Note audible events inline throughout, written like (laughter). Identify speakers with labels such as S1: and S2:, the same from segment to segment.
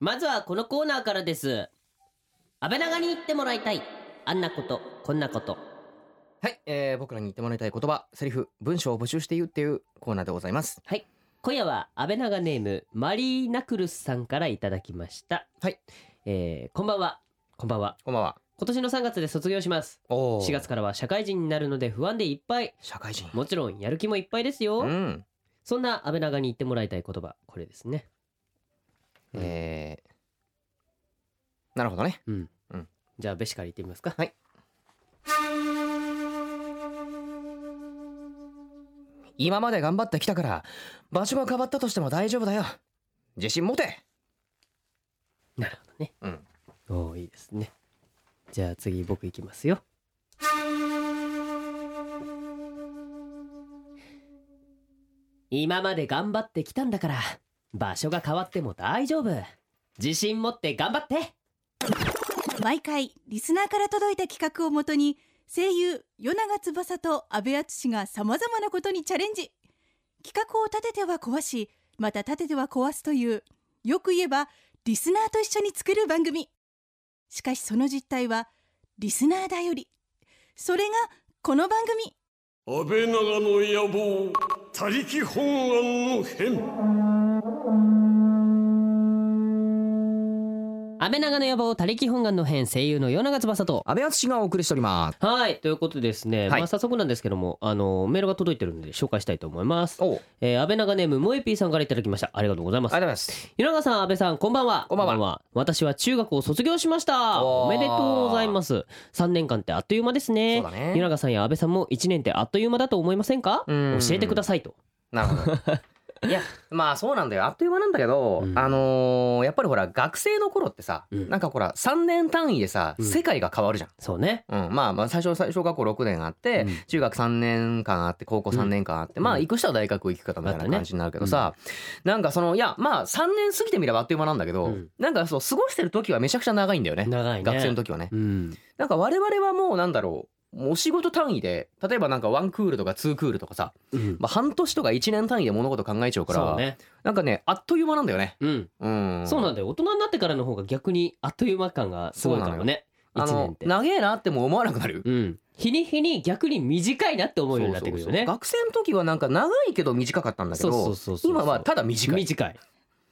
S1: まずはこのコーナーからです。安倍長に言ってもらいたい。あんなこと、こんなこと。
S2: はい、えー僕らに言ってもらいたい言葉、セリフ、文章を募集して言うっていうコーナーでございます。
S1: 今夜は安倍長ネーム、マリーナクルスさんからいただきました。
S2: はい。
S1: えー、こんばんは。こんばんは。
S2: こんばんは。
S1: 今年の3月で卒業します。
S2: お
S1: 4。月からは社会人になるので不安でいっぱい。
S2: 社会人。
S1: もちろんやる気もいっぱいですよ。
S2: うん。
S1: そんな安倍長に言ってもらいたい言葉、これですね。うん
S2: えー、なるほどね。
S1: うん。
S2: うん
S1: じゃあ、べしから言ってみますか。
S2: はい。今まで頑張ってきたから、場所が変わったとしても大丈夫だよ。自信持て
S1: なるほどね。
S2: うん。
S1: おおいいですね。じゃあ次僕いきますよ。今まで頑張ってきたんだから場所が変わっても大丈夫自信持って頑張って
S3: 毎回リスナーから届いた企画をもとに声優与永翼と阿部淳がさまざまなことにチャレンジ企画を立てては壊しまた立てては壊すというよく言えばリスナーと一緒に作る番組しかしその実態はリスナーだよりそれがこの番組
S4: 安倍長の野望他力本願の変
S1: 安倍長の野望他力本願の編声優の与永翼と
S2: 安倍淳がお送りしております。
S1: はいということでですね、
S2: はい
S1: まあ早速なんですけどもあのメールが届いてるんで紹介したいと思います、
S2: おありがとう
S1: えー、安倍長ネームもえぴーさんからいただきましたありがとうございます
S2: ございます。
S1: 稲川さん安倍さんこんばんは
S2: こんばんは
S1: 私は中学を卒業しました
S2: おー
S1: おめでとうございます3年間ってあっという間ですね
S2: そうだね
S1: 稲川さんや安倍さんも1年ってあっという間だと思いませんか
S2: うん
S1: 教えてくださいと
S2: なるほど。いや、まあそうなんだよ。あっという間なんだけど、
S1: うん
S2: あのーやっぱりほら、学生の頃ってさ、
S1: うん
S2: なんかほら、3年単位でさ、
S1: うん
S2: 世界が変わるじゃん。
S1: そうね
S2: うん、まあまあ最初最小学校6年あって、
S1: うん
S2: 中学3年間あって高校3年間あって、
S1: うん
S2: まあ行く人は大学行く方みたい
S1: あっ
S2: な
S1: たね
S2: 感じになるけどさ、なんかそのいやまあ3年過ぎてみればあっという間なんだけど、
S1: うん
S2: なんかそう過ごしてる時はめちゃくちゃ長いんだよね
S1: 長いね
S2: 学生の時はね。
S1: うん
S2: なんか我々はもうなんだろうもうお仕事単位で例えばなんかワンクールとかツークールとかさ、
S1: うん
S2: まあ、半年とか1年単位で物事考えちゃうから
S1: そうね
S2: なんかねあっという間なんだよね。
S1: うん
S2: うん、
S1: そうなんだよ大人になってからの方が逆にあっという間感がすごいかもね
S2: あ
S1: 1年っ
S2: の
S1: て
S2: 長えなっても思わなくなる。
S1: うん日に日に逆に短いなって思うようになってくるよ
S2: そうそうそ
S1: ね
S2: う学生の時はなんか長いけど短かったんだけど
S1: そうそうそうそう
S2: 今はただ短い。
S1: 短い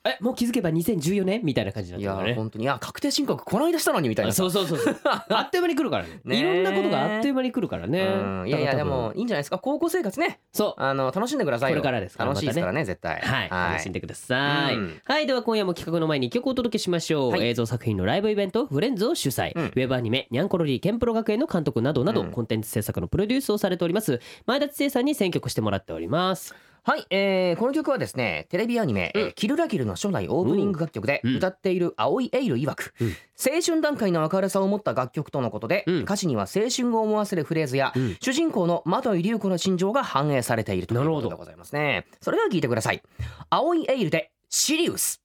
S1: えもう気づけば2014年みたいな感じに
S2: い
S1: なっ
S2: や
S1: てるからね
S2: ー本当にいや確定申告この間したのにみたいな
S1: あ
S2: さ
S1: そうそうそうそう (laughs) あっという間に来るからね
S2: ねえ
S1: いろんなことがあっという間に来るからね
S2: うんいやい
S1: だ
S2: や
S1: から
S2: で
S1: 多分
S2: もいいんじゃないですか高校生活ね
S1: そう
S2: あの楽しんでくださ
S1: こ
S2: い
S1: れ
S2: よ
S1: からですから
S2: 楽しいですからね絶対
S1: はい、楽しんでください、
S2: うん
S1: はいでは今夜も企画の前に一曲をお届けしましょう、
S2: はい
S1: 映像作品のライブイベント「フレンズ」を主催、
S2: うん
S1: ウェブアニメ「ニャンコロリーケンプロ学園」の監督などなど、
S2: うん
S1: コンテンツ制作のプロデュースをされております前田知世さんに選曲してもらっております
S2: はい、えーこの曲はですねテレビアニメ
S1: うん
S2: えーキルラキル」の初代オープニング楽曲で
S1: うん
S2: 歌っている青井エイル曰く
S1: うん
S2: 青春段階の明るさを持った楽曲とのことで
S1: うん
S2: 歌詞には青春を思わせるフレーズや
S1: うん
S2: 主人公の的井優子の心情が反映されているという
S1: なるほ
S2: こ
S1: ど
S2: とでございますねそれでは聴いてください青井エイルでシリウス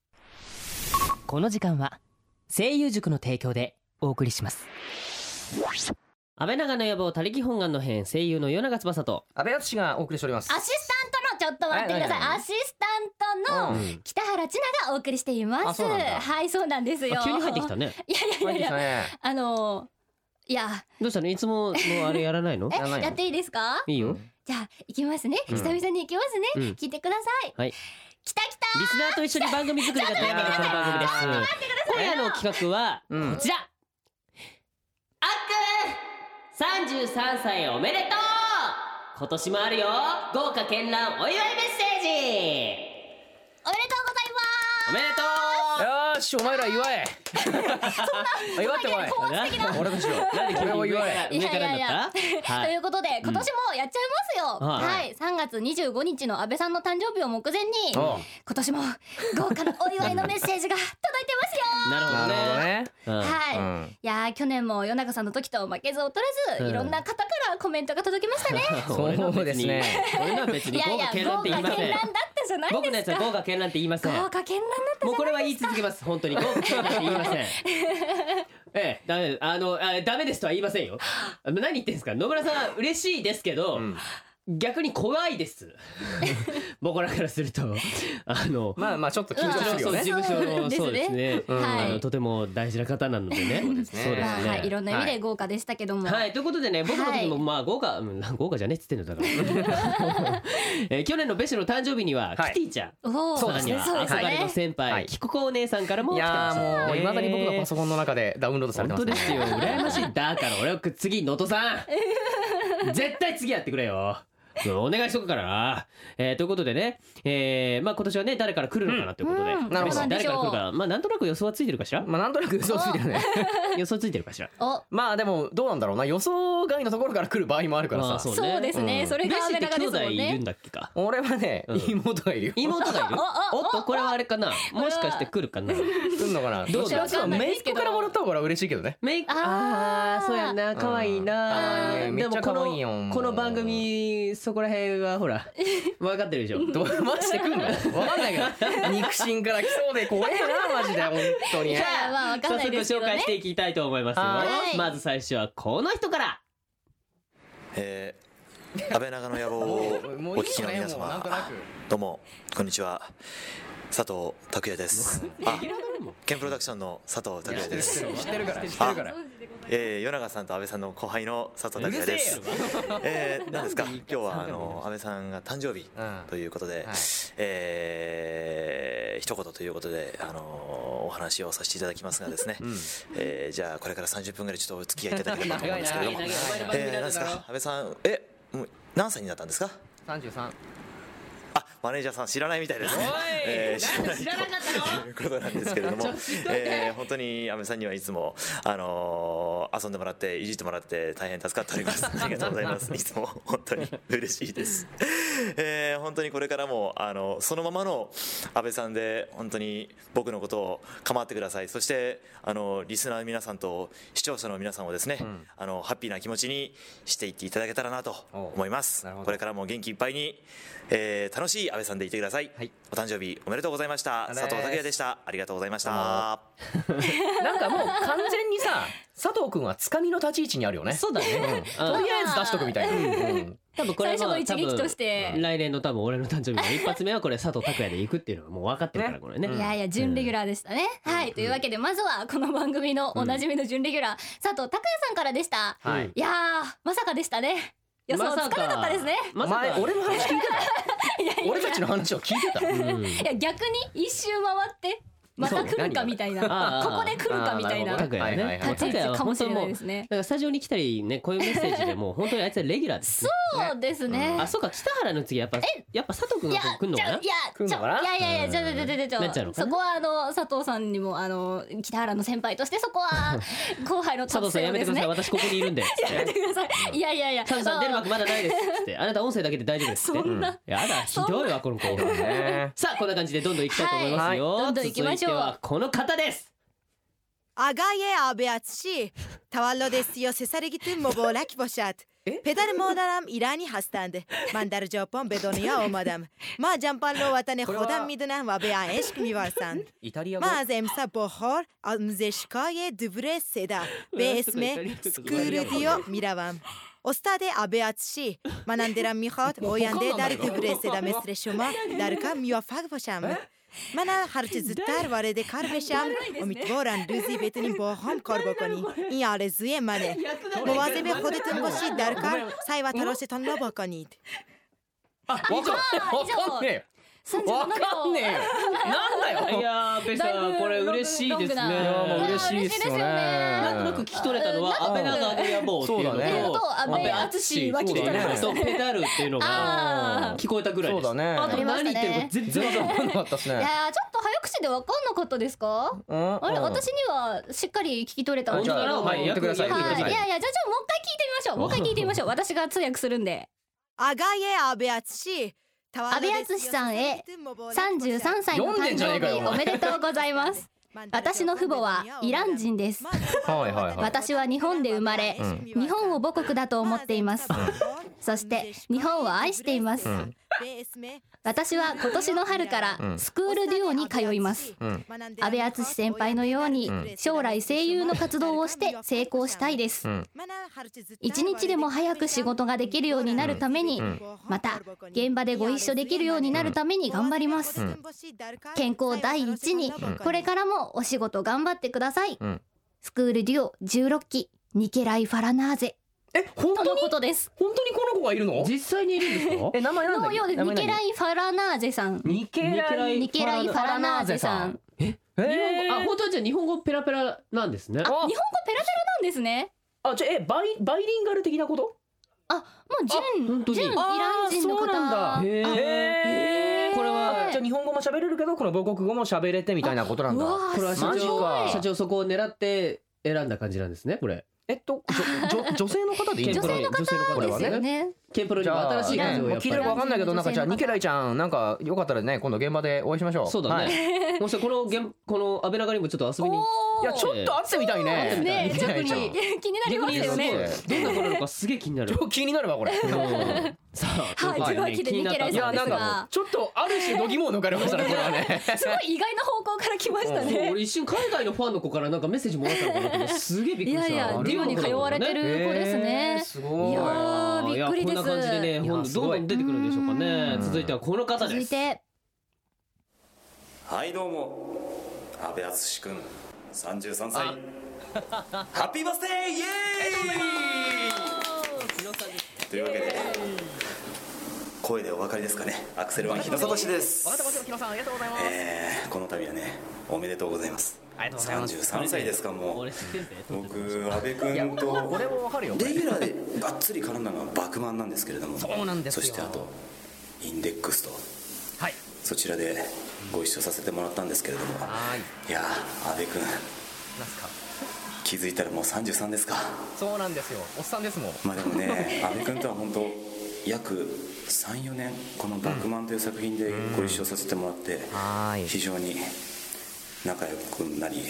S1: この時間は声優塾の提供でお送りします安倍長の野望他力本願の編声優の与永翼と
S2: 安倍淳がお送りしております
S5: アシスタントのちょっと待ってください。
S2: はいはいはい
S5: アシスタン
S2: う
S5: トの
S2: ん
S5: 北原千奈がお送りしていま
S2: あ
S5: す。
S2: そうなんだ
S5: はい、そうなんですよ
S1: あ。急に入ってきた。ね
S5: (laughs) いやいやいやいや、あのーいや、
S1: どうしたのいつものあれやらないの
S2: らないの
S5: え、やっていいですか？
S1: いいよ
S5: じゃあ行きますね。
S2: うん
S5: 久々に行きますね。
S1: うん
S5: 聞いてください。
S1: はい
S5: きたきた。
S1: リスナーと一緒に番組作りがテーマのこの番組です。 (laughs) 今夜の企画は
S2: うん
S1: こちら。あっくん、33歳おめでとう。今年もあるよ。豪華絢爛お祝いメッセージ。
S5: おめでとうございます。
S1: おめでと
S2: よーしお前ら祝え祝ってこ
S1: う。 (laughs) なんで
S2: い俺たちを
S1: 急に
S2: 俺を
S1: 上
S2: 祝
S1: か
S2: え
S1: ら上からなんだ
S5: いやいやいや
S1: った？は
S5: とい
S1: い。
S5: うことで今年もやっちゃいますよ、
S1: はい
S5: はい3月25日の安倍さんの誕生日を目前に
S2: おう
S5: 今年も豪華なお祝いのメッセージが届いてますよ
S1: な
S2: なる
S1: る
S2: ほ
S1: ほ
S2: ど
S1: どね。
S2: ね
S1: うん
S5: はい、
S2: うん
S5: いやー去年も夜中さんの時と負けず劣らず、
S1: うん
S5: いろんな方からコメントが届きまし
S1: (laughs)
S5: たね
S1: (laughs) 俺のは
S2: そう
S1: 別
S2: です
S1: に
S2: ね
S1: (laughs) 俺のは別
S5: い
S1: に
S5: や
S1: 豪
S5: いや
S1: 華絢爛っ
S5: 豪華
S1: て言い
S5: 絢
S1: ませ
S5: 爛
S1: ん
S5: だっ。たじゃない
S1: 僕のや
S5: で
S1: つ
S5: す
S1: は
S5: か
S1: 豪華絢爛って言いません。
S5: 豪華絢爛だった
S1: もうこれは言い続けます本当に豪華絢爛って言いませんええダメですあのあダメですとは言いませんよあの何言ってんですか野村さんは嬉しいですけど、
S2: うん
S1: 逆に怖いです。僕らからすると、あの、
S2: まあまあちょっと緊張するよ
S1: そう
S2: ね
S1: 事務所のそうですね、
S2: うん
S1: あ
S5: は
S1: の
S5: い。
S1: とても大事な方なのでね。
S2: そうですね
S1: そうです
S5: まあ、はい、い
S1: ね。
S5: ろんな意味で豪華でしたけども。
S1: はいということでね僕の時も
S5: はい
S1: まあ豪華、うん豪華じゃねっつってんのだから、えー去年のベシの誕生日には、
S2: はい
S1: キティちゃん
S5: おお、
S2: そう
S1: さ
S2: で
S1: ん
S2: す
S1: に
S2: ね
S1: は
S5: そうです
S1: 憧れの
S5: ね。
S1: 先輩、
S2: はい
S1: キクコお姉さんからも
S2: い
S1: 来てま
S2: や
S1: した
S2: ーもういまだに僕のパソ
S1: コン
S2: コンの中でダウンロードされてま
S1: 本当
S2: すね
S1: ですよ羨ましいだから俺は次能登さん絶対次やってくれようんお願いしとくからな、えーということでね、えーまあ今年はね誰から来るのかなということで、
S5: うん
S2: なるほど
S1: 別に誰から来るかまあなんとなく予想はついてるかしら
S2: まあなんとなく嘘ついてるね
S1: 予想ついてるかしら
S5: お、
S2: まあでもどうなんだろうな予想外のところから来る場合もあるから
S1: まあ
S2: さ
S1: そうね
S5: そうですね。
S2: うん
S5: それ
S1: レ
S5: が
S1: シ
S5: 雨
S1: って
S5: 長
S1: 兄
S5: です
S1: 弟
S5: もん
S1: いる
S5: ね
S1: ん。だっけか
S2: 俺はね
S1: うん
S2: 妹がい
S1: (laughs)
S2: るよ
S1: 妹がいる
S5: おお
S1: おっとこれはあれかなもしかして来るかな
S2: 来んのか
S1: ど
S2: な
S1: うだ
S2: どっちか
S5: わかんない
S2: メ
S5: で
S2: イ
S5: すけ
S2: ク
S5: ど
S2: からもらった方が嬉しいけどね
S1: メイク
S5: あー
S1: あーそうやんな可愛いな、
S2: うん
S1: でもこ
S2: めっちゃ可愛いよも
S1: の
S2: う
S1: この番組そこら辺はほ
S2: (laughs)
S1: ら分かってるでしょ
S2: どうマジで来んのわかんないけど肉親から来そうで怖えなマジで本当に
S5: いやまあわか
S1: 早
S5: んない
S1: 速
S5: ですけ
S1: 紹
S5: どね
S1: 介し。ていきたいと思いますよ
S5: はい
S1: まず最初はこの人から
S6: えー、安倍長の野望をお聞きの皆
S2: もういいよねもうなん
S6: 様
S2: となく
S6: どうもこんにちは佐藤拓也ですあケンプロダクションの佐藤拓也です
S2: 知ってるから知ってる
S6: あ
S2: から
S6: えー、与永さんと安倍さんの後輩の佐藤拓也です
S2: う
S6: えー、何ですか今日はあの安倍さんが誕生日
S2: うん
S6: ということで、
S2: はい
S6: えー一言ということであのお話をさせていただきますがですね、
S2: ん
S6: えーじゃあこれから30分ぐらいちょっとお付き合いいただければと思うんですけれども
S2: 長いな長いな
S6: えー、何ですか安倍さんえもう何歳になったんですか
S2: 三十三
S6: あマネージャーさん知らないみたいですね。えー知らない
S1: 知らなかったの
S6: ということなんですけれども、えー本当に阿部さんにはいつもあのー遊んでもらっていじってもらって大変助かっております。ありがとうございます。いつも本当に嬉しいです。えー本当にこれからもあのそのままの阿部さんで本当に僕のことを構ってください。そしてあのリスナーの皆さんと視聴者の皆さんをですね、あのハッピーな気持ちにしていっていただけたらなと思います
S2: おなるほ。ど
S6: これからも元気いっぱいに、えー楽しい阿部さんでいてください。
S2: はい
S6: お誕生日おめでとうございました。
S2: あれー
S6: 佐藤拓也でした。ありがとうございました。
S2: なんかもう完全にさ佐藤くんはつかみの立ち位置にあるよね
S1: そうだね、
S2: とりあえず出しとくみたいなうん
S1: 多分これ
S5: 最初
S1: まあ
S5: の一撃とし
S1: 多
S5: て
S1: 分。来年の多分俺の誕生日の一発目はこれ佐藤拓也で行くっていうのはもう分かってるからこれね
S5: いやいや準レギュラーでしたね、はいというわけでまずはこの番組のおなじみの準レギュラー、佐藤拓也さんからでした
S2: はい
S5: いやーまさかでしたね予想つかなかったですね、
S2: お
S1: まさか
S2: 前俺の話聞いて
S5: いやい
S2: た
S5: や
S2: 俺たちの話を聞いてた
S1: うん
S5: いや逆に一周回ってまた来るかみたいな
S1: ああ
S5: ここで来るかみたいな
S2: ああなる
S1: 拓也ね、
S2: はいはいはい
S5: 立ち位置かもしれないですね
S1: だからスタジオに来たりねこういうメッセージでもう本当にあいつはレギュラーです、
S5: そうですね、
S1: あそうか北原の次やっぱやっぱ佐藤君
S5: い
S1: が
S5: や
S1: 来んの
S5: ち
S1: か
S5: ょ
S1: ない
S5: や
S2: 来んのかな
S5: ちょいやいやいやじゃじゃじゃじゃじゃ
S1: なっちゃうのかな
S5: そこはあの佐藤さんにもあの北原の先輩としてそこ
S1: (laughs)
S5: は後輩の
S1: 佐藤さんやめてください、私ここにい
S5: (laughs)
S1: るんで
S5: やめてくださいいやいやいや
S1: 佐藤さん出る
S5: まあ
S1: 幕まだないですつってあなた音声だけで大丈夫ですって
S5: そんな
S1: うやだひどいわこの子
S2: ね
S1: さあこんな感じでどんどん行きたいと思いますよ、
S5: はいどんどん行きましょう
S1: 続いてはこの方です
S7: 아가의 아베 아저씨 타왈로데스요 세사리기튼 모보라키 보샷 페달 모나람 이란이 하스탄데 만다르 조폰 베도니아 오마담 마 잠팔로 와타네 호담 미드난 와베 아에식 미발산
S2: イタリア語
S7: 마 zemsa bohor amzeshkaye dubre seda be esme skurdiyo miravam استاد آبه اتشی من اندرم میخواد آینده در دوبره صدا مثل شما در کار میافق باشم من هر چه زودتر وارد کار بشم امیدوارم روزی بتونیم با هم کار بکنیم این آرزوی منه مواظب خودتون باشید در کار سعی و تلاشتان را بکنید
S2: あわかんわかんねえわか
S5: 37
S2: んねえよなんだ
S1: い
S2: よ
S1: やー、ベさん、これ嬉しいですね。
S5: だいぶロ
S2: もう
S5: ングないや
S2: 嬉しいですよね
S1: なんとなく聞き取れたのは、安倍長の野望っていうの
S2: そうだね
S1: と、
S5: 安倍敦は聞き取れました
S1: とペダルっていうのが
S5: あ
S1: 聞こえたぐらいです。
S2: そうだね
S1: あと何言ってるか全然わ
S2: 全
S1: かん
S2: 然
S1: ない。
S2: わかんなかったっす
S5: いや
S2: ね
S5: ーちょっと早口で分かんなかったですか
S2: うん
S5: あれ
S2: うん
S5: 私にはしっかり聞き取れた
S1: 本
S5: んです
S1: 当
S5: け
S2: じ
S1: だ
S2: ゃあ
S5: ど
S1: な、お
S2: はい
S1: 前、
S2: やってください
S1: 役に立たな
S5: はい、
S1: い
S5: やいやじゃあちょもう一回聞いてみましょうもう一回聞いてみましょう私が通訳するんで
S7: آقای آبه اتشی
S5: 安倍敦さんへ33歳の
S2: 読んで
S5: 誕
S2: んじゃねえ
S5: 生
S2: かよ
S5: 日おめでとうございます私の父母はイラン人です
S2: はいはいはい
S5: 私は日本で生まれ
S2: うん
S5: 日本を母国だと思っていますそして日本を愛しています、
S6: うん
S5: 私は今年の春から
S6: うん
S5: スクールデュオに通います、
S6: うん
S5: 安倍敦先輩のように
S6: うん
S5: 将来声優の活動をして成功したいです、
S6: うん
S5: 一日でも早く仕事ができるようになるために、
S6: うん
S5: また現場でご一緒できるようになるために頑張ります、
S6: ん
S5: 健康第一に、
S6: うん
S5: これからもお仕事頑張ってください、
S6: うん
S5: スクールデュオ16期ニケライ・ファラナーゼ
S2: え本
S5: と
S2: 当
S5: の
S2: に
S5: ことです
S2: 本当にこの子がいるの？
S1: 実際にいるんです (laughs) か
S2: え名前なんだっ
S5: の
S2: け
S5: ようです
S2: 名
S5: ニ
S2: 前何
S5: ケライ・ファラナーゼさん
S2: ニケライ
S5: ニケライ・ファラナーゼさんなん。
S2: え
S1: 日本語あ
S2: ー、
S1: 本当はじゃあ日本語ペラペラなんですね
S2: あ
S5: 日本語ペラペラなんですね
S2: あじゃあえバイバイリンガル的なこと？
S5: あもう
S1: 本
S5: 純
S1: 当に
S5: 純イラン人の
S2: あーそうなん
S5: 方
S2: だ
S1: へー
S2: えー、これはじゃあ日本語も喋れるけどこの母国語も喋れてみたいなことなんだ
S5: う。わー
S1: これは社
S2: マジ
S1: 長
S2: か
S1: 社長そこを狙って選んだ感じなんですねこれ
S2: えっとじょじょ女性の方でいいんですかね？
S1: 女性の
S2: これ
S5: で
S2: は
S5: すよね
S1: ケンプロに
S2: じ
S1: も
S2: ゃあ
S1: 新しい
S5: 感
S1: 風
S5: じ
S1: を
S2: ね
S1: や
S2: 聞
S1: っ
S2: い
S1: ぱ
S2: てるかわ
S1: り
S2: かんないけどなんかじゃあ
S5: 女
S2: ニケ
S5: 性の方
S2: ライちゃんなんかよかったらね今度現場でお会いしましょう。
S1: そうだ
S2: はいい
S1: ねもしこの現この安倍長にもちょっと遊びに
S5: おー
S2: やちょっと会ってみたいね。
S5: ね
S2: ニケ
S5: ちょっ
S2: ラ
S5: と
S2: イちゃん
S5: 気になりますよね
S1: 逆にすごいどんな子なのかすげえ気になる
S2: 超気になるわこれ。
S1: うんさあということ
S5: はいというわけでニケライ
S2: い
S5: さ
S2: や
S5: んで
S2: な
S5: す
S2: ん
S5: が
S2: かちょっとある種度肝を抜かれましたねこれはね。
S5: すごい意外な方向から来まし
S1: そ
S5: た
S1: う
S5: ね
S1: 俺一瞬海外のファンの子からなんかメッセージもらったのかなと思ってすげえびっくり
S5: い
S1: し
S5: や
S1: た
S5: いや
S1: あ
S5: デ
S1: れ
S5: ュオに通われてる子です
S2: へ
S5: ね
S2: ーすごい。
S5: いやーびっくりです
S1: いやこんな感じでね
S5: い
S2: や
S1: 本
S2: す
S1: どん
S2: ご
S1: ど
S2: い
S1: ん出てくるんでしょうかね
S2: うん
S1: 続いてはこの方
S5: 続
S1: で
S5: い
S1: す
S5: て
S4: はいどうも安部淳君33歳 (laughs) ハッピーバースデーイエーイというわけで声でお分かりですかねアクセルワン日野聡ですえーこの度はねおめでとうございます33歳ですかもう
S1: 俺知ってんぜ
S4: 僕阿部君と
S6: 俺もわかるよ
S4: レギュラーでがっつり絡んだのは「バクマン」なんですけれども
S6: そうなんですよ
S4: そしてあとインデックスと
S6: はい
S4: そちらでご一緒させてもらったんですけれども
S6: はい
S4: いやー阿部君
S6: なんすか
S4: 気づいたらもう33ですか
S6: そうなんですよおっさんですもん
S4: まあでも
S6: (laughs)
S4: ね阿部君とは本当約34年この「バクマン」という作品でご一緒させてもらって
S6: はーい
S4: 非常に仲良くなり、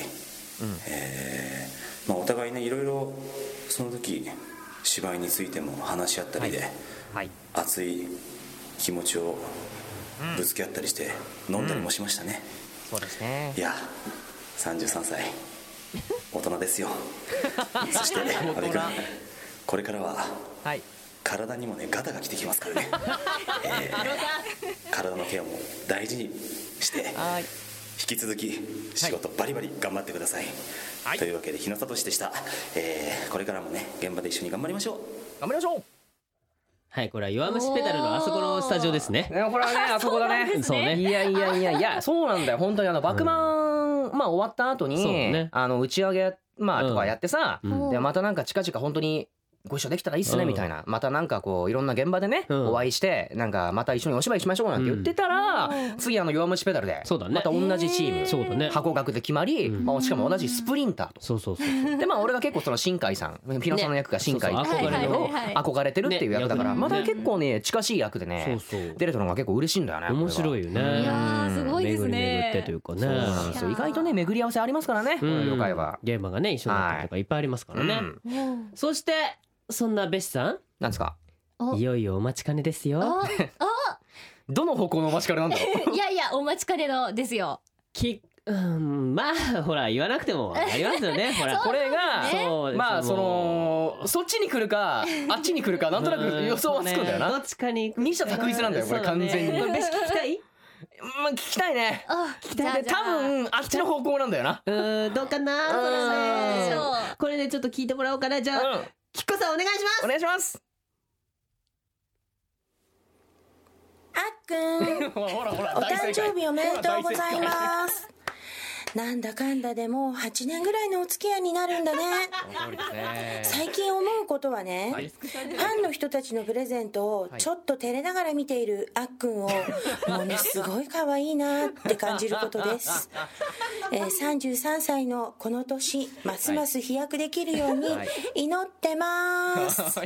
S4: えーまあ、お互いねいろいろその時芝居についても話し合ったりで、
S6: はい
S4: 熱い気持ちをぶつけ合ったりして飲んだりもしましたね、
S6: そうですね
S4: いや33歳
S6: (laughs)
S4: 大人ですよそして阿部君これからは
S6: はい
S4: 体にもねガタが来てきますから
S6: (laughs)
S4: ね、えー体のケアも大事にして
S6: はい
S4: 引き続き仕事バリバリ頑張ってください、
S6: はい
S4: というわけで日野聡でした、えーこれからもね現場で一緒に頑張りましょう
S6: 頑張りましょう
S1: はいこれは弱虫ペダルのあそこのスタジオですね
S2: ねこれはねあそこだね。
S1: そうね
S2: いやいやいやいやそうなんだよ本当にあのバクマン、まあ終わった後に、
S1: そうね
S2: あの打ち上げまあとかやってさ、
S1: うん
S2: でまたなんか近々本当にご一緒できたらいいっすね
S1: うん
S2: みたいな、またなんかこういろんな現場でね、
S1: うん
S2: お会いしてなんかまた一緒にお芝居しましょうなんて言ってたら、次あの弱虫ペダルで
S1: そうだね
S2: また同じチーム、
S1: そうだね
S2: 箱額で決まり、
S1: うん
S2: まあ、しかも同じスプリンターと。
S1: そうそうそうそう
S2: でまあ俺が結構その新海さんピノさんの役が新海
S1: ね
S2: っていうの
S5: そう
S2: を
S5: そう憧れの
S2: 憧れてるっていう役だから
S1: ね
S2: まだ結構ね近しい役で
S1: そう
S2: ね
S1: そう
S2: 出れたのが結構嬉しいんだよね
S1: 面白
S2: い
S1: いよね
S5: いやーすごいで
S1: 巡
S5: すね
S1: り巡ってというか
S2: そうなん
S1: ね
S2: ですよ意外とね巡り合わせありますからねこの業界は
S1: ゲーマーがね一緒になったりとかいっぱいありますからね、
S2: うん
S1: そしてそんなべしさ
S2: なんですか
S5: お
S1: んいよいよお待ちかねですよ
S5: あ
S2: どの方向のお待ちかねなんだろう
S5: (laughs) いやいやお待ちかねのですよ
S1: き、うん、まあほら言わなくてもありますよねほら
S2: これが
S1: そう
S2: まあそのそっちに来る
S8: (laughs)
S2: かあっちに来るかなんとなく予想はつくんだ
S1: うそ
S2: よ
S1: うねど
S2: な
S1: っちかに
S2: 二者択一なんだよこ
S1: そ
S2: れ
S1: うね
S2: 完全に
S1: (laughs) これべし聞きたい
S2: まあ聞きたいね
S5: あ聞き
S2: で多分あっちの方向なんだよな
S1: うーんどうかなこ
S2: うん
S1: れね
S5: そう
S1: これねちょっと聞いてもらおうかなじ
S2: う
S1: ゃあ
S2: ん
S1: きっこさんお願いします
S2: お願いします
S8: あっくん、
S2: (laughs) ほらほら
S8: お誕生日おめでとうございます。なんだかんだでもう8年ぐらいのお付き合いになるんだ
S2: (laughs)
S8: ね。最近思うことはね、ファンの人たちのプレゼントをちょっと照れながら見ているあっく (laughs) んを、ものすごい可愛いなって感じることです。 (laughs) えー33歳のこの年、ますます飛躍できるように祈ってます。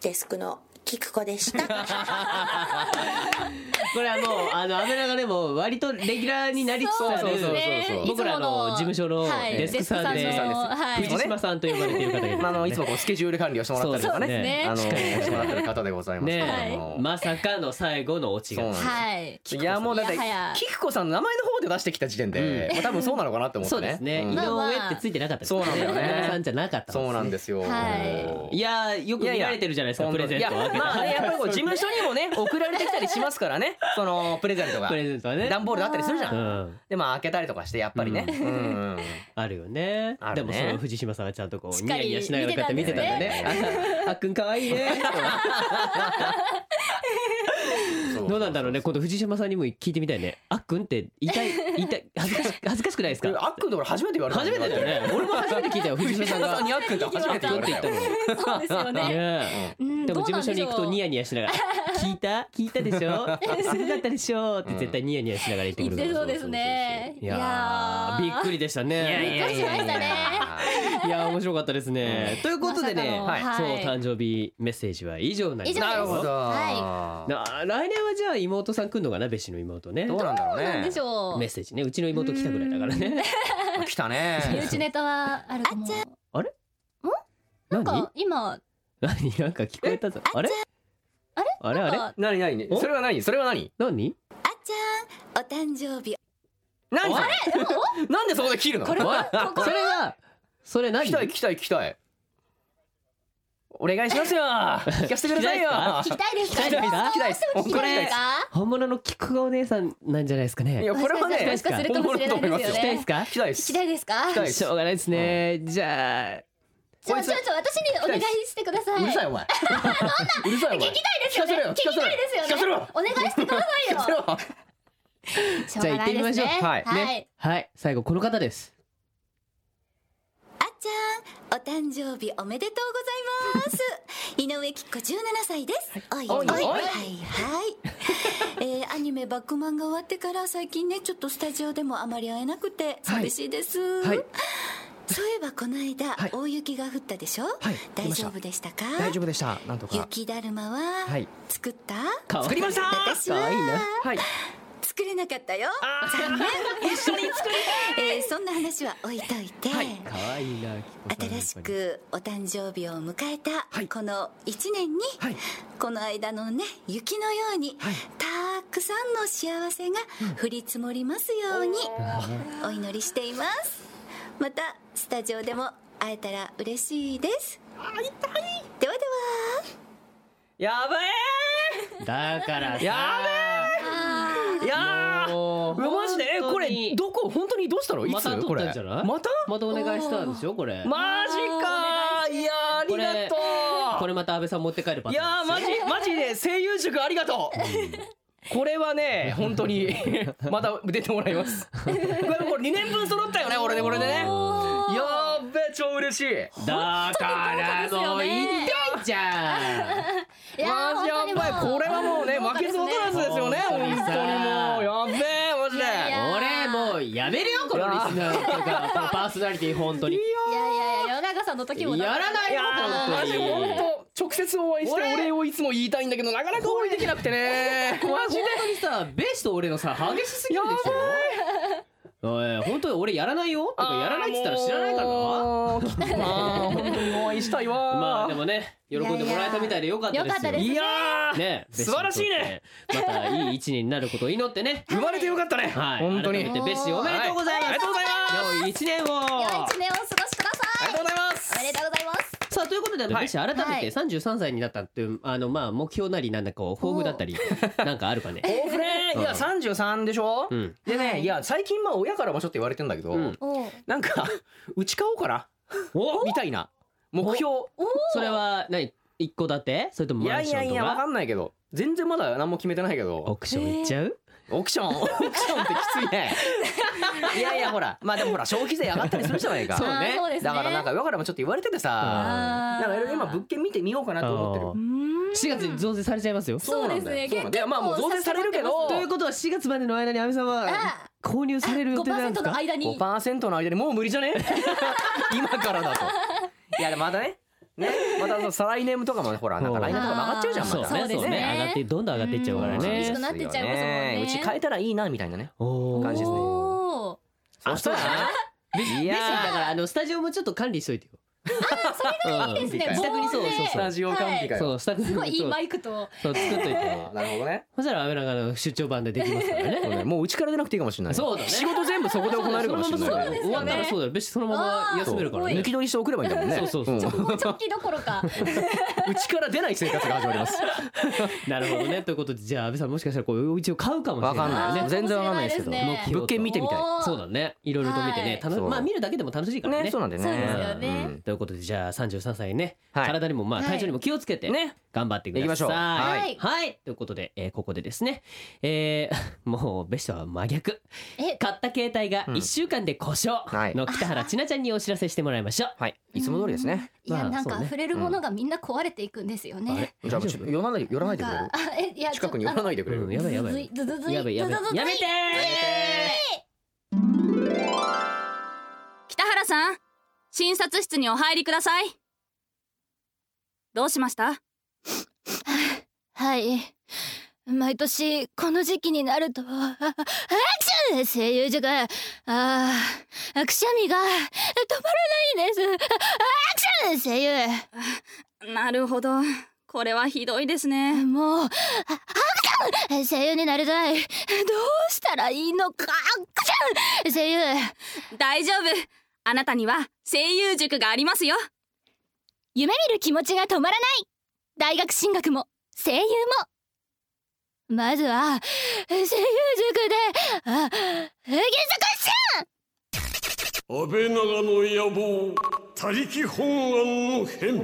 S8: デスクのキ菊子でした。 (laughs)
S1: これはもうあのアメラがでも割とレギュラーになりつつあ
S9: そうそうそうそう
S1: る
S5: ね
S1: 僕らの事務所の
S5: はい
S1: デスクさんで
S5: デスクさんのはい
S1: 藤島さんと呼ばれている方がいる
S2: まああのいつもこうスケジュール管理をしてもらったりとか
S1: そ
S2: ね
S1: うです
S5: ね
S2: あのしてもらってる方でございますけども
S1: ね
S5: は
S1: まさかの最後のオチが
S2: そうなんです
S5: はい
S2: いやもうだって
S5: いやはや
S2: キクコさんの名前の方で出してきた時点で、まあ多分そうなのかなって思っ
S1: そ
S2: て
S1: う
S2: ね
S1: ですね、
S2: ん
S1: 井
S5: まあまあ
S1: 上ってついてなかったです
S2: そうなんだよね
S1: 井上さんじゃなかった
S2: そうなん
S1: で
S2: ですよ、
S5: はい
S1: やーよく見られてるじゃないですかプレゼントを
S2: い
S1: 開
S2: や
S1: け
S2: まあね
S1: た
S2: やっぱりこう事務所にもね送られてきたりしますからねそのプレゼントが
S1: プレゼントはね
S2: 段ボールだったりするじゃん、
S1: うん
S2: でまあ開けたりとかしてやっぱりね、うんうん
S1: あるよね
S2: あ
S1: で
S2: る
S1: も
S2: ね
S1: その藤島さんはちゃんとこう
S5: しっ
S1: ニ
S5: か
S1: ヤ
S5: り
S1: ニヤしながらこうやって見てたんだねあっくんかわいいね
S2: そ
S1: どうなんだろうね今度藤島さんにも聞いてみたいねあっくんって痛い痛い恥ずかし恥ずかしくないです
S2: え
S1: か
S2: あっくんと俺初めて言われた
S1: 初めてだよね俺も初めて聞いたよ藤島
S2: 藤
S1: さん
S2: 島
S1: が
S2: さんにあっくんって初めて言われたよ
S5: そうですよね
S1: ね
S5: うん
S1: でも
S5: ど
S1: 事
S5: うな
S1: 務
S5: ん
S1: 所
S5: でし
S1: に
S5: ょう
S1: 行くとニヤニヤしながら
S5: (laughs)
S1: 「聞いた聞いたでしょすごかったでしょ」って絶対ニヤニヤしながら言ってく
S5: 言
S1: る
S5: っ
S1: から
S5: てそうですね
S1: いやーびっくりでした
S5: びっく
S1: ね
S5: りしましたね
S1: いやー面白かったですねということでね
S5: まさか
S1: そ
S5: の
S1: う
S5: はい
S1: 誕生日メッセージは以上になります
S5: 以上
S2: なるほど、
S5: は
S1: な来年はじゃあ妹さん来んのかな別紙の妹ね
S2: どうなんだろう
S5: そうなん
S2: ね
S5: でしょう
S1: メッセージねうちの妹来たぐらいだからね
S2: 来た
S5: 身
S2: ね
S5: 内ネタはあるかもな
S1: 何
S5: んか今
S1: 何なんか聞こえたぞあれ
S5: あれ
S1: あれあれ
S5: なんか
S2: (laughs) 何何
S1: お
S2: それは何それは何
S1: 何
S8: あちゃん、お誕生日
S2: 何それなんでそこで切るの
S1: おいそれはそれ何
S2: 聞きたい聞きたい聞きたいお願いしま
S1: (laughs)
S2: すよ聞かせてくださいよ
S5: 聞きたいですか
S1: 聞きたいですか
S5: どうしても聞き
S2: こ
S5: たいで
S2: れ
S5: すか
S1: 本物の菊川お姉さんなんじゃないですか
S2: い
S1: ね
S2: やこれはね
S5: もしかするともしれないですよ
S1: 聞きたいで
S5: ね
S1: すか
S2: 聞きたいで
S5: 聞き
S2: す
S5: たいですか
S2: たいです
S1: しょうがないですねじゃあ
S5: ちょ
S2: こい
S5: ち
S2: つ
S5: ょちょ私にお願いしてください。
S2: うるさいお前うるさいお前
S5: 聞きたいですよね。聞
S2: 聞か
S5: き
S2: せろ
S5: たい
S2: よ
S5: ですよね。
S2: 聞かせろよ
S5: お願いして
S2: (laughs)
S5: くだ
S2: 聞か
S5: さ
S2: せ
S5: い
S2: ろ
S5: よ。
S2: よ
S5: (laughs) しょ
S1: じゃあ行
S5: うが
S1: っ
S5: な
S1: て
S5: い
S1: み
S5: で
S1: ますしょう
S5: ね。
S2: はい
S5: はい。
S1: はい最後この方です
S8: あっちゃん、お誕生日おめでとうご (laughs) ざいます。井上きっ子17歳です。おいおい、
S2: おいお
S8: はいい (laughs) はい。えーアニメバックマンが終わってから最近ね、ちょっとスタジオでもあまり会えなくて寂しいです。
S1: はい
S8: そういえばこの間、
S2: はい
S8: 大雪が降ったでしょ、
S2: はい降り
S8: 大
S2: ました
S8: 丈夫でしたか
S2: 大丈夫でしたなんとか
S8: 雪だるま
S2: は
S8: はい作った、
S1: かわ
S2: 作りました
S8: 私は
S1: かわいいな
S2: はい
S8: 作れなかったよ。残念。 (laughs) えーそんな話は置いといて。
S1: かわいいな菊川
S8: 新しくお誕生日を迎えたこの1年に、
S2: はい
S8: この間のね雪のように、たくさんの幸せが降り積もりますようにお祈りしていますまたスタジオでも会えたら嬉しいです会いたいではで
S2: や
S1: (laughs)
S2: ば
S1: だからさ
S2: やえいやー
S1: も
S2: うわマジでえこれどこ本当にどうしたのい
S1: ま
S2: つ
S1: た撮
S2: こ
S1: った
S2: れ
S1: んじゃない
S2: また
S1: またお願いしたんでしょこれ
S2: マジかいやーありがとう
S1: これまた安倍さん持って帰るパ
S2: い
S1: ター
S2: やー
S1: ンで
S2: マ
S1: (laughs)
S2: ジマジで声優塾ありがとう。これはね本
S1: (laughs)
S2: 当にまた出てもらいます。これこれ二年分揃ったよね俺でこれでね。やーべ超嬉しい。
S1: すだからもう言いたいじゃん
S5: いやー
S2: マジやばいこれはもうね負けず劣らずですよね
S1: 本当
S2: 本当
S1: に
S2: にも
S1: さ
S2: うやべえマジで。
S5: いや
S1: 俺もうやめるよこのリスナーとかパパーソナリティ本当に
S5: いやいやいや、世永さんの時も
S1: やらないよ
S2: マ
S1: 本
S2: ジ
S1: 当に
S2: 本当直接お会いしてお礼をいつも言いたいんだけどなかなかお会いできなくてね。マジで
S1: 本。当にさベースと俺のさ激しすぎるでしょおい本当に俺やらないよとかやらないっつったら知らないからな
S2: もうきっとな本当にお会いしたいわー。
S1: まあでもね喜んでもらえたみたいでよかったですよ
S5: いやいやよかったです
S2: いやー
S1: ね
S2: 素晴らしいね
S1: ベッシにとってまたいい一年になることを祈ってね
S2: 生まれてよかったね、
S1: はい
S2: 本当に
S1: 改めてベッシおめでとうございます
S2: はいありがとうございます
S1: 良い一年を
S5: 良い一年をお過ごしくだ
S2: あ
S5: さ
S2: り
S5: い
S2: がとうございます
S5: おめでとうございます
S1: さあということで、あのベッシ改め
S5: は
S1: て
S5: い
S1: 33歳になったっていうあのまあ目標なりなんだこう抱負だ
S2: (laughs)
S1: ったりなんかあるかね
S2: おふれいや33でしょ、
S1: うん
S2: でね、
S5: はい
S2: い、や最近まあ親からもちょっと言われてんだけど、
S1: うん
S5: おう
S2: なんかうち買おうかなみたいな目標
S1: それは何一個建てそれとも
S2: い
S1: マ
S2: や
S1: ン
S2: い
S1: シ
S2: や
S1: ョン
S2: い
S1: と
S2: やわか
S1: か
S2: んないけど全然まだ何も決めてないけ
S1: オー
S2: ど
S1: クション行っちゃう
S2: オークシ (laughs) ョンオークションってきついねいやいやほらまあでもほら消費税上がったりするじゃないか
S5: あーそうですね
S2: だからなんか親からもちょっと言われててさ
S5: あ
S2: だ
S5: ー
S2: からいろいろ今物件見てみようかなと思ってる
S1: あー4月に増税されちゃいますよ
S5: そうですね
S2: そうなんだよまあもう
S5: 結構
S2: 増税されるけど
S1: ということは4月までの間に阿部さんは購入される予定なんです
S5: 5%の
S1: か
S5: 間に
S2: (laughs) (laughs) 5%の間にもう無理じゃね今からだといやまだねね、またその再来年とかもねほらなんか来年とかも上がっちゃうじゃん
S1: そう
S2: また
S1: ね
S5: そうです
S1: そ
S5: ね
S1: うね上がってどんどん上がっていっちゃうから
S5: うん
S1: ね
S5: 厳しくなってっちゃいますもんね
S2: うち変えたらいいなみたいなね
S1: おー
S2: 感じですね
S5: おー
S1: そしたら
S2: い
S1: ですよだからあのスタジオもちょっと管理しといてよあそれがいい
S5: ですね
S1: 自宅にそう
S5: 防音で
S1: そう
S2: ス
S1: そ
S2: タ
S1: う
S2: ジオ関係かよ、
S1: そうスタッフ
S5: すごいいい
S1: そう
S5: マイクと
S1: そう作っといて
S2: あなるほどね
S1: そしたらアメラカの出張版でできますからね
S2: そうねもううちから出なくていいかもしれな
S1: (laughs)
S2: い
S1: そうだね
S2: 仕事全部そこで行われるかもしれ
S1: そのままそう
S2: ない、
S5: ですよね
S1: 終わったらそうだよ別にそのまま休めるから
S5: そう
S1: ね
S2: 抜き取りして送ればいいんだもんね
S1: そうそうそう
S2: うん
S5: もう直帰どころか
S2: (laughs) うちから出ない生活が始まります
S1: (laughs) なるほどねということでじゃあ安倍さんもしかしたらこう一応買うかもしれない
S2: わかんないね全然わかんないですけど
S5: あーかもしれないですね
S2: 物件見てみたい
S5: おー
S1: そうだねいろいろと見てね楽し
S2: そう
S1: まあ見るだけでも楽しいから
S2: ね
S1: ね
S2: そうなんでね
S5: そうですよね
S2: うん
S1: ということでじゃあ33歳ね、
S2: はい
S1: 体にもまあ
S5: はい
S1: 体調にも気をつけて
S2: ね
S1: 頑張ってください。
S2: 行きましょうはい
S1: はいということで、えーここでですね、えー (laughs) もうベストは真逆
S5: え
S1: 買った携帯が
S2: うん
S1: 1週間で故障
S2: はい
S1: の北原千奈ちゃんにお知らせしてもらいましょう。
S2: はいいつも通りですね
S5: いや
S1: まあ
S5: なんか
S1: そうね
S5: 触れるものがみんな壊れていくんですよ
S1: あれ
S5: ね
S2: じゃあちょっと寄らない寄らないでくれ
S5: な
S2: る
S5: んかあえいや
S2: 近くに寄らないでくれ
S1: うん、
S2: る
S1: やばいやば
S5: ずず
S1: い
S5: い。ずずずい
S1: やばいやばい
S5: ずずずい
S1: やめて
S10: 北原さん診察室にお入りくださいどうしました
S5: (sighs) はい毎年この時期になると (laughs) ああちゅ声優塾ああくしゃみが止ま (laughs) らないんですああちゅ声優
S10: なるほどこれはひどいですね
S5: もう、あ、あん (laughs) 声優になりたい。どうしたらいいのか、あん声優。
S10: 大丈夫あなたには声優塾がありますよ
S5: 夢見る気持ちが止まらない。大学進学も、声優も。まずは、声優塾で、あ、原作し
S4: 安倍長の野望他力本願の変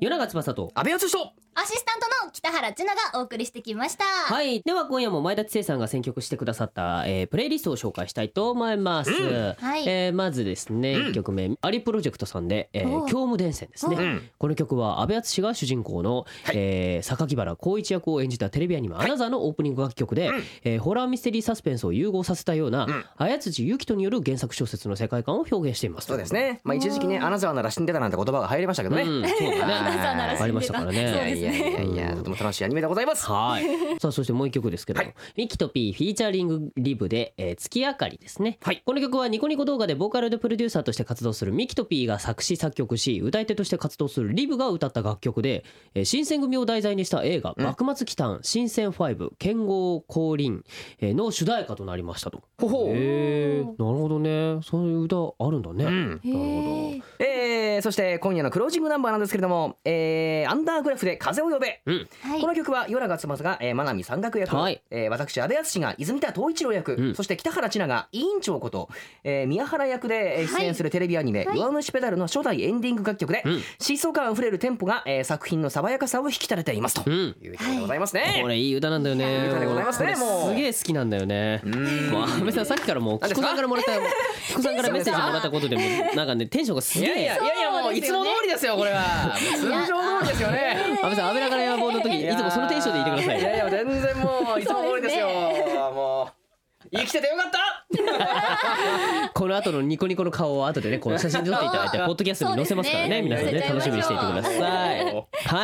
S1: 夜長翼と。
S2: 安倍敦人
S5: アシスタントの北原千奈がお送りしてきました。
S1: はいでは今夜も前田知世さんが選曲してくださった、えープレイリストを紹介したいと思います、
S5: はい
S1: えーまずですね、一曲目アリプロジェクトさんで「えー、
S5: おう
S1: 教務伝線」ですね、
S5: うん
S1: この曲は安部淳が主人公の、えー榊原浩一役を演じたテレビアニメ「アナザー」のオープニング楽曲で、えーホラーミステリーサスペンスを融合させたような、綾辻ゆきとによる原作小説の世界観を表現しています
S2: そうですねまあ一時期ねアナザーなら死んでたなんて言葉が入りましたけど
S1: う
S2: ね、
S1: ん、そうだね
S2: アナザーなら死んでた
S1: ありましたからね
S2: いやいやいやいやとても楽しいアニメでございます
S1: はい。さあそしてもう一曲ですけど、
S2: はい
S1: ミキとピーフィーチャリングリブで、えー月明かりですね。この曲はニコニコ動画でボーカルでプロデューサーとして活動するミキとピーが作詞作曲し、歌い手として活動するリブが歌った楽曲で、えー新選組を題材にした映画、
S2: うん
S1: 幕末奇譚新選5剣豪降臨、えーの主題歌となりましたと。
S2: ほほう
S1: へえ、なるほどね。そういう歌あるんだね。
S2: うん
S1: なるほど。
S2: えー、そして今夜のクロージングナンバーなんですけれども、えー、アンダーグラフで風を呼べ、
S1: うん
S5: はい
S2: この曲は与良勝正が、えー、真波山岳役、
S1: はい
S2: えー私阿部淳が泉田藤一郎役、
S1: うん
S2: そして北原千奈が委員長こと、えー、宮原役でえー
S5: はい
S2: 出演するテレビアニメ「
S5: はい
S2: 弱虫ペダル」の初代エンディング楽曲で、
S1: うん
S2: 疾走感あふれるテンポが、えー、作品の爽やかさを引き立てています
S1: う
S2: と、
S1: ん。
S2: いうことでございますね。
S1: これいい歌なんだよね。
S2: いい歌でございますね
S1: 俺
S2: もう
S1: すげえ好きなんだよね。もう安倍さんさっきからもうキ
S2: 何です
S1: コ
S2: か
S1: さんからもらったキコさんからメッセージもらったことでもうなんかねテンションがす
S2: い
S1: げ
S2: や
S1: え。
S2: いやいやいやもういつも通りですよこれはもう通常通りですよね。
S1: 安倍さん安倍らから野望の時いつもそのテンションでいてください
S2: いやい
S1: ね。
S2: や全然もういつも通りですよ。もう生きててよかった。
S1: この後のニコニコの顔を後でねこう写真に撮っていただいて
S2: (laughs)
S5: あー
S1: ポッドキャストに載せますからね
S5: そうで
S1: 皆
S5: す
S1: さん
S5: ね
S1: ね楽しみにしていてください。は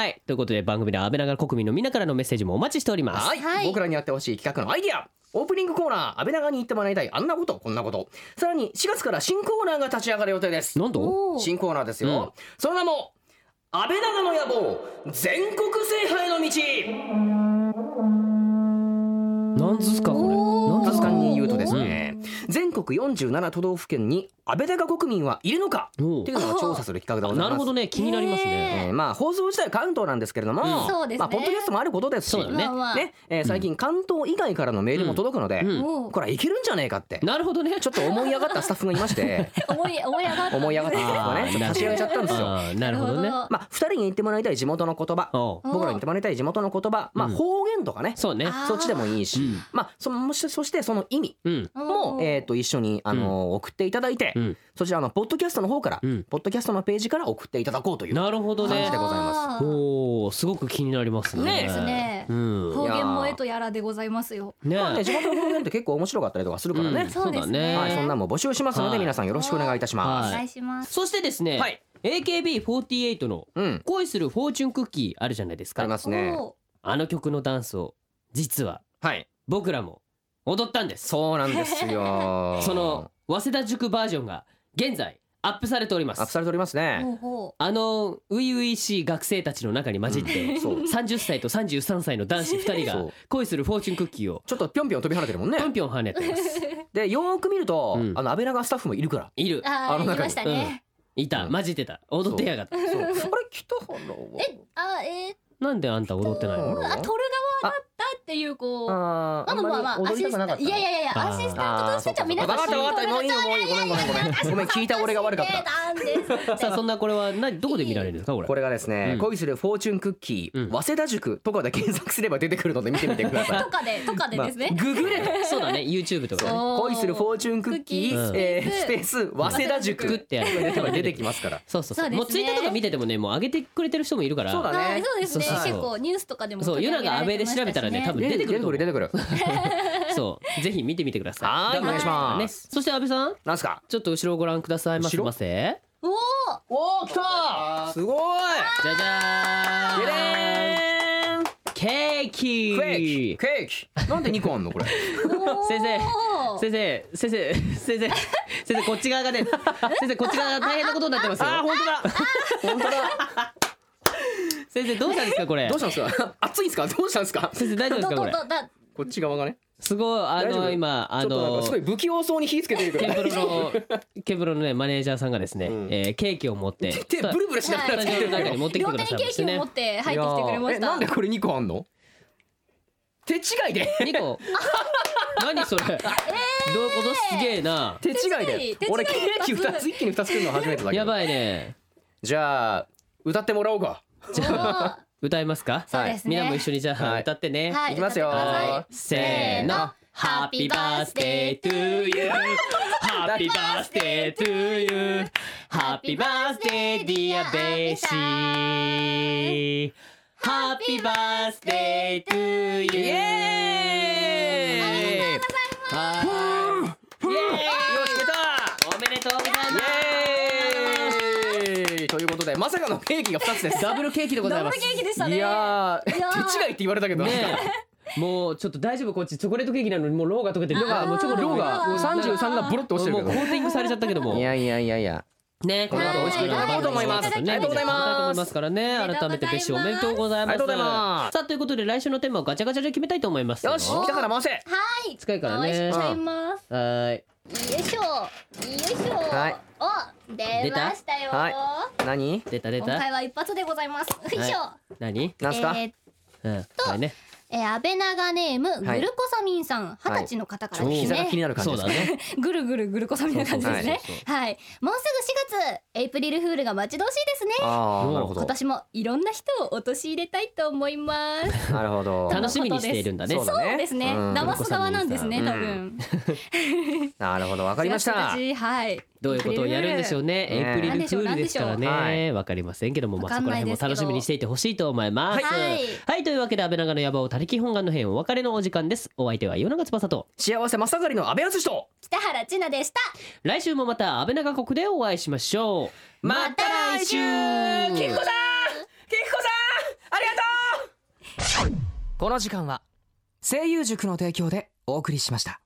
S1: いということで番組では安倍らが国民のみんなからのメッセージもお待ちしております。
S2: はい、
S5: はい
S2: 僕らにやってほしい企画のアイディア。オープニングコーナー安倍長に言ってもらいたいあんなことこんなことさらに4月から新コーナーが立ち上がる予定です
S1: なんと
S5: おー
S2: 新コーナーです
S1: うん
S2: よ、その名も安倍長の野望全国制覇への道
S1: なんですかこれ。なんですか
S2: 確かに言うとですね、全国47都道府県に安倍高国民はいるのか
S1: おう
S2: というのを調査する企画でございま
S1: な
S2: す
S1: るほどね気になりますね。
S2: えーまあ放送自体関東なんですけれども、
S5: んそうですね
S2: まあポッドキャストもあることですし
S1: そうだね
S5: まあまあ
S2: ねえー最近関東以外からのメールも届くので、
S1: うん
S5: おう
S2: これはいけるんじゃねえかって
S1: なるほどね。
S2: ちょっと思い上がったスタッフがいまして
S1: (laughs)
S5: 思い思い上がった。
S2: 思い上がったスタッフがねちょっと立ち上げちゃったんですよ。
S1: あーなるほどね。
S2: まあ、2人に言ってもらいたい地元の言葉
S1: おう
S2: 僕らに言ってもらいたい地元の言葉、まあ、
S1: うん
S2: 方言とかね、
S1: そうね。
S5: あー
S2: そっちでもいいし、
S1: うん
S2: まあ、そのもしそしてその意味
S1: うん。
S2: も、えー、と一緒に、あのー送っていただいて、
S1: うん
S2: そちらのポッドキャストの方から、
S1: うん
S2: ポッドキャストのページから送っていただこうという
S1: なるほど
S2: 感
S1: ね
S2: じで。ございます。
S5: す。
S1: おお、すごく気になりますね。
S5: ですねね、
S1: うん
S5: 方言もえとやらでございますよ。
S1: ね
S2: まあね地元の方言って結構面白かったりとかするからね、
S1: うんそうですね
S2: はいそんなんも募集しますので皆さんよろしくお願いいたします、
S1: はい
S5: します
S1: そしてですね、AKB48 の「恋するフォーチュンクッキー」あるじゃないですかあります
S2: ねお
S1: の曲のダンスを実は僕らも踊ったんです
S2: そうなんですよ
S1: (laughs) その早稲田塾バージョンが現在アップされております
S2: アップされておりますね
S5: ほうほ
S1: あの初々しい学生たちの中に混じって、三十30歳と33歳の男子2人
S2: そ
S1: が
S2: う
S1: 恋するフォーチュンクッキーを
S2: ちょっとぴょんぴょん飛び跳ねてるもんね
S1: ぴょんぴょん跳ねてます
S2: でよーく見ると、あの安倍長スタッフもいるから
S1: いる
S5: あーいましたね、
S1: うんいた混じってた踊ってやがった
S2: そうあれ
S5: 北
S2: 原
S5: えあえ
S1: なんであんた踊ってないの
S5: ー、あ取る側だったっていうこう
S1: あー
S5: まあまあまあ
S1: あんまり
S5: ア
S1: 踊りた
S5: シス
S1: くなか
S5: タ
S1: った
S5: いやいやいやいやアシスタントとしてじゃ皆さん
S1: あーそうかそうかわ
S5: 知ってる
S1: かったわかったもういいよもういいよごめんごめんごめん
S5: (laughs)
S1: ごめん聞いた俺が悪かった
S5: なんです
S1: さあそんなこれは何どこで見られるんですかこれ
S2: これがですね、
S1: うん
S2: 恋するフォーチュンクッキー、早稲田塾とかで検索すれば出てくるので見てみてく
S5: (laughs)
S2: ださい
S5: とかでとかでですね、
S2: まあググ
S1: (laughs)
S2: れと
S1: そうだね YouTube とかね
S2: そう恋するフォーチュンクッキー、
S1: うん
S2: えースペース早稲田塾
S1: 作ってやる
S2: 多分出てきますから
S1: そうそうそう
S5: そうですね
S1: もうツイッターとか見ててもねもう上げてくれてる人もいるから
S5: はいそうですね
S1: そうそう
S5: 結構ニュースとかでも
S1: そう
S5: 取り
S1: 夜
S5: 上げ
S1: 中
S5: ら
S1: 安
S5: れ
S1: 倍
S5: て
S1: で
S5: まし
S1: 調
S5: たし
S1: べたらね多分出てくると思う出てく
S2: る
S1: そうぜひ見てみてください
S2: はいお願いします
S1: ねそして安倍さん
S2: (laughs) なんすか
S1: ちょっと後ろをご覧くださいませませ
S5: おお
S2: おお来たすごい
S1: じゃじゃーんケーキ
S2: ケーキケーキなんで二個あん
S1: (laughs)
S2: のこれ
S1: 先生先生先生先生先生こっち側がね先生こっち側が大変なことになってますよあ本当だ (laughs) 本当だ先生どうしたんですかこれ
S2: どうしたんですか熱いんですかどうしたんですか
S1: 先生大丈夫ですかこれ
S2: こっち側がね
S1: すごいあ
S2: 大丈夫
S1: の今あ
S2: ちょっとなん
S1: の
S2: かすごい不器用そうに火つけてるけ
S1: ケ (laughs)
S2: ど
S1: ンブロのケンブロのねマネージャーさんがですね、えーケーキを持って
S2: 手ブルブルしながら
S1: スタジオの中に持ってきてくださいましてね
S5: 両手にケーキを持って入ってきてくれました
S2: いやーえなんでこれ二個あんの手違いで
S1: 二個何それ、どういうことすげえな
S2: 手違い
S1: 手
S2: で
S1: 違い
S2: 俺
S1: 手
S2: ケ
S1: 違い
S2: ーキ二つ一気に二つ食うの初めてだけど
S1: やばいね
S2: じゃあ歌ってもらおうか
S1: じゃあ歌いますか
S2: そうです
S1: み
S2: ね
S1: んなも一緒にじゃあ歌ってね、
S2: はいいきますよ
S1: せーのハッピーバースデートゥーユーハッピーバースデートゥーユーハッピーバースデーディアベーシーハッピーバースデートゥーユーイエーイイエーイよしおめでとうござい
S2: ますということでまさかのケーキが二つです
S1: ダブルケーキでございますダブルケーキでしたね
S2: いやー
S1: いやー
S2: 手違いって言われたけどなんか
S1: ねもうちょっと大丈夫こっちチョコレートケーキなのにもうローが溶けてる
S2: あー
S1: もうチョコレート
S2: ローが
S1: もう
S2: 33がボロッと落ちてるけど
S1: もうコーティングされちゃったけども
S2: いやいやいやいや
S1: ねこの後美味しくいただこうと思います
S2: はいありがとうございます
S1: ありがとうございますからね改めて別紙おめでとうございます
S2: ありがとうございます
S1: さあということで来週のテーマをガチャガチャで決めたいと思います
S2: よし来たから回せ
S5: はい
S1: 近いからね
S5: 回しちゃいま
S1: はーい
S5: すよいしょよいしょ
S1: はい
S5: お出ましたよ
S2: 何
S1: 出た出
S5: 今回
S1: た
S5: は一発でございますよいしょ、
S1: は何
S5: なんすかえー
S1: うんはいね
S5: えー、安倍長ネーム
S1: はい
S5: グルコサミンさん二十、歳の方からですね、
S1: そうだね
S5: ぐるぐるぐるこさみな感じですね
S1: そうそうそう
S5: はいもうすぐ4月エイプリルフールが待ち遠しいですね
S2: あーなるほど
S5: 今年もいろんな人を陥れたいと思います
S2: なるほど
S1: 楽しみにしているんだね
S5: そうですね
S2: うん
S5: 騙す側なんですね
S2: うん
S5: 多分
S2: なるほどわかりました
S5: 私たちはい
S1: どういうことをやるんでしょう (laughs) ね。エイプリルフールですからね。わかりませんけども、まあ、
S5: わか
S1: そ
S5: ん
S1: こら
S5: ない
S1: 辺
S5: で
S1: も
S5: すけど
S1: 楽しみにしていてほしいと思います。
S5: はいはい
S1: はいというわけで、安倍長の野望、他力本願の編、お別れのお時間です。お相手は、世永翼と。
S2: 幸せまさがりの安倍敦人。
S5: 北原千奈でした
S1: 来週もまた、安倍長国でお会いしましょう。また来週。
S2: キキコさんキキコさんありがとうこの時間は声優塾の提供でお送りしました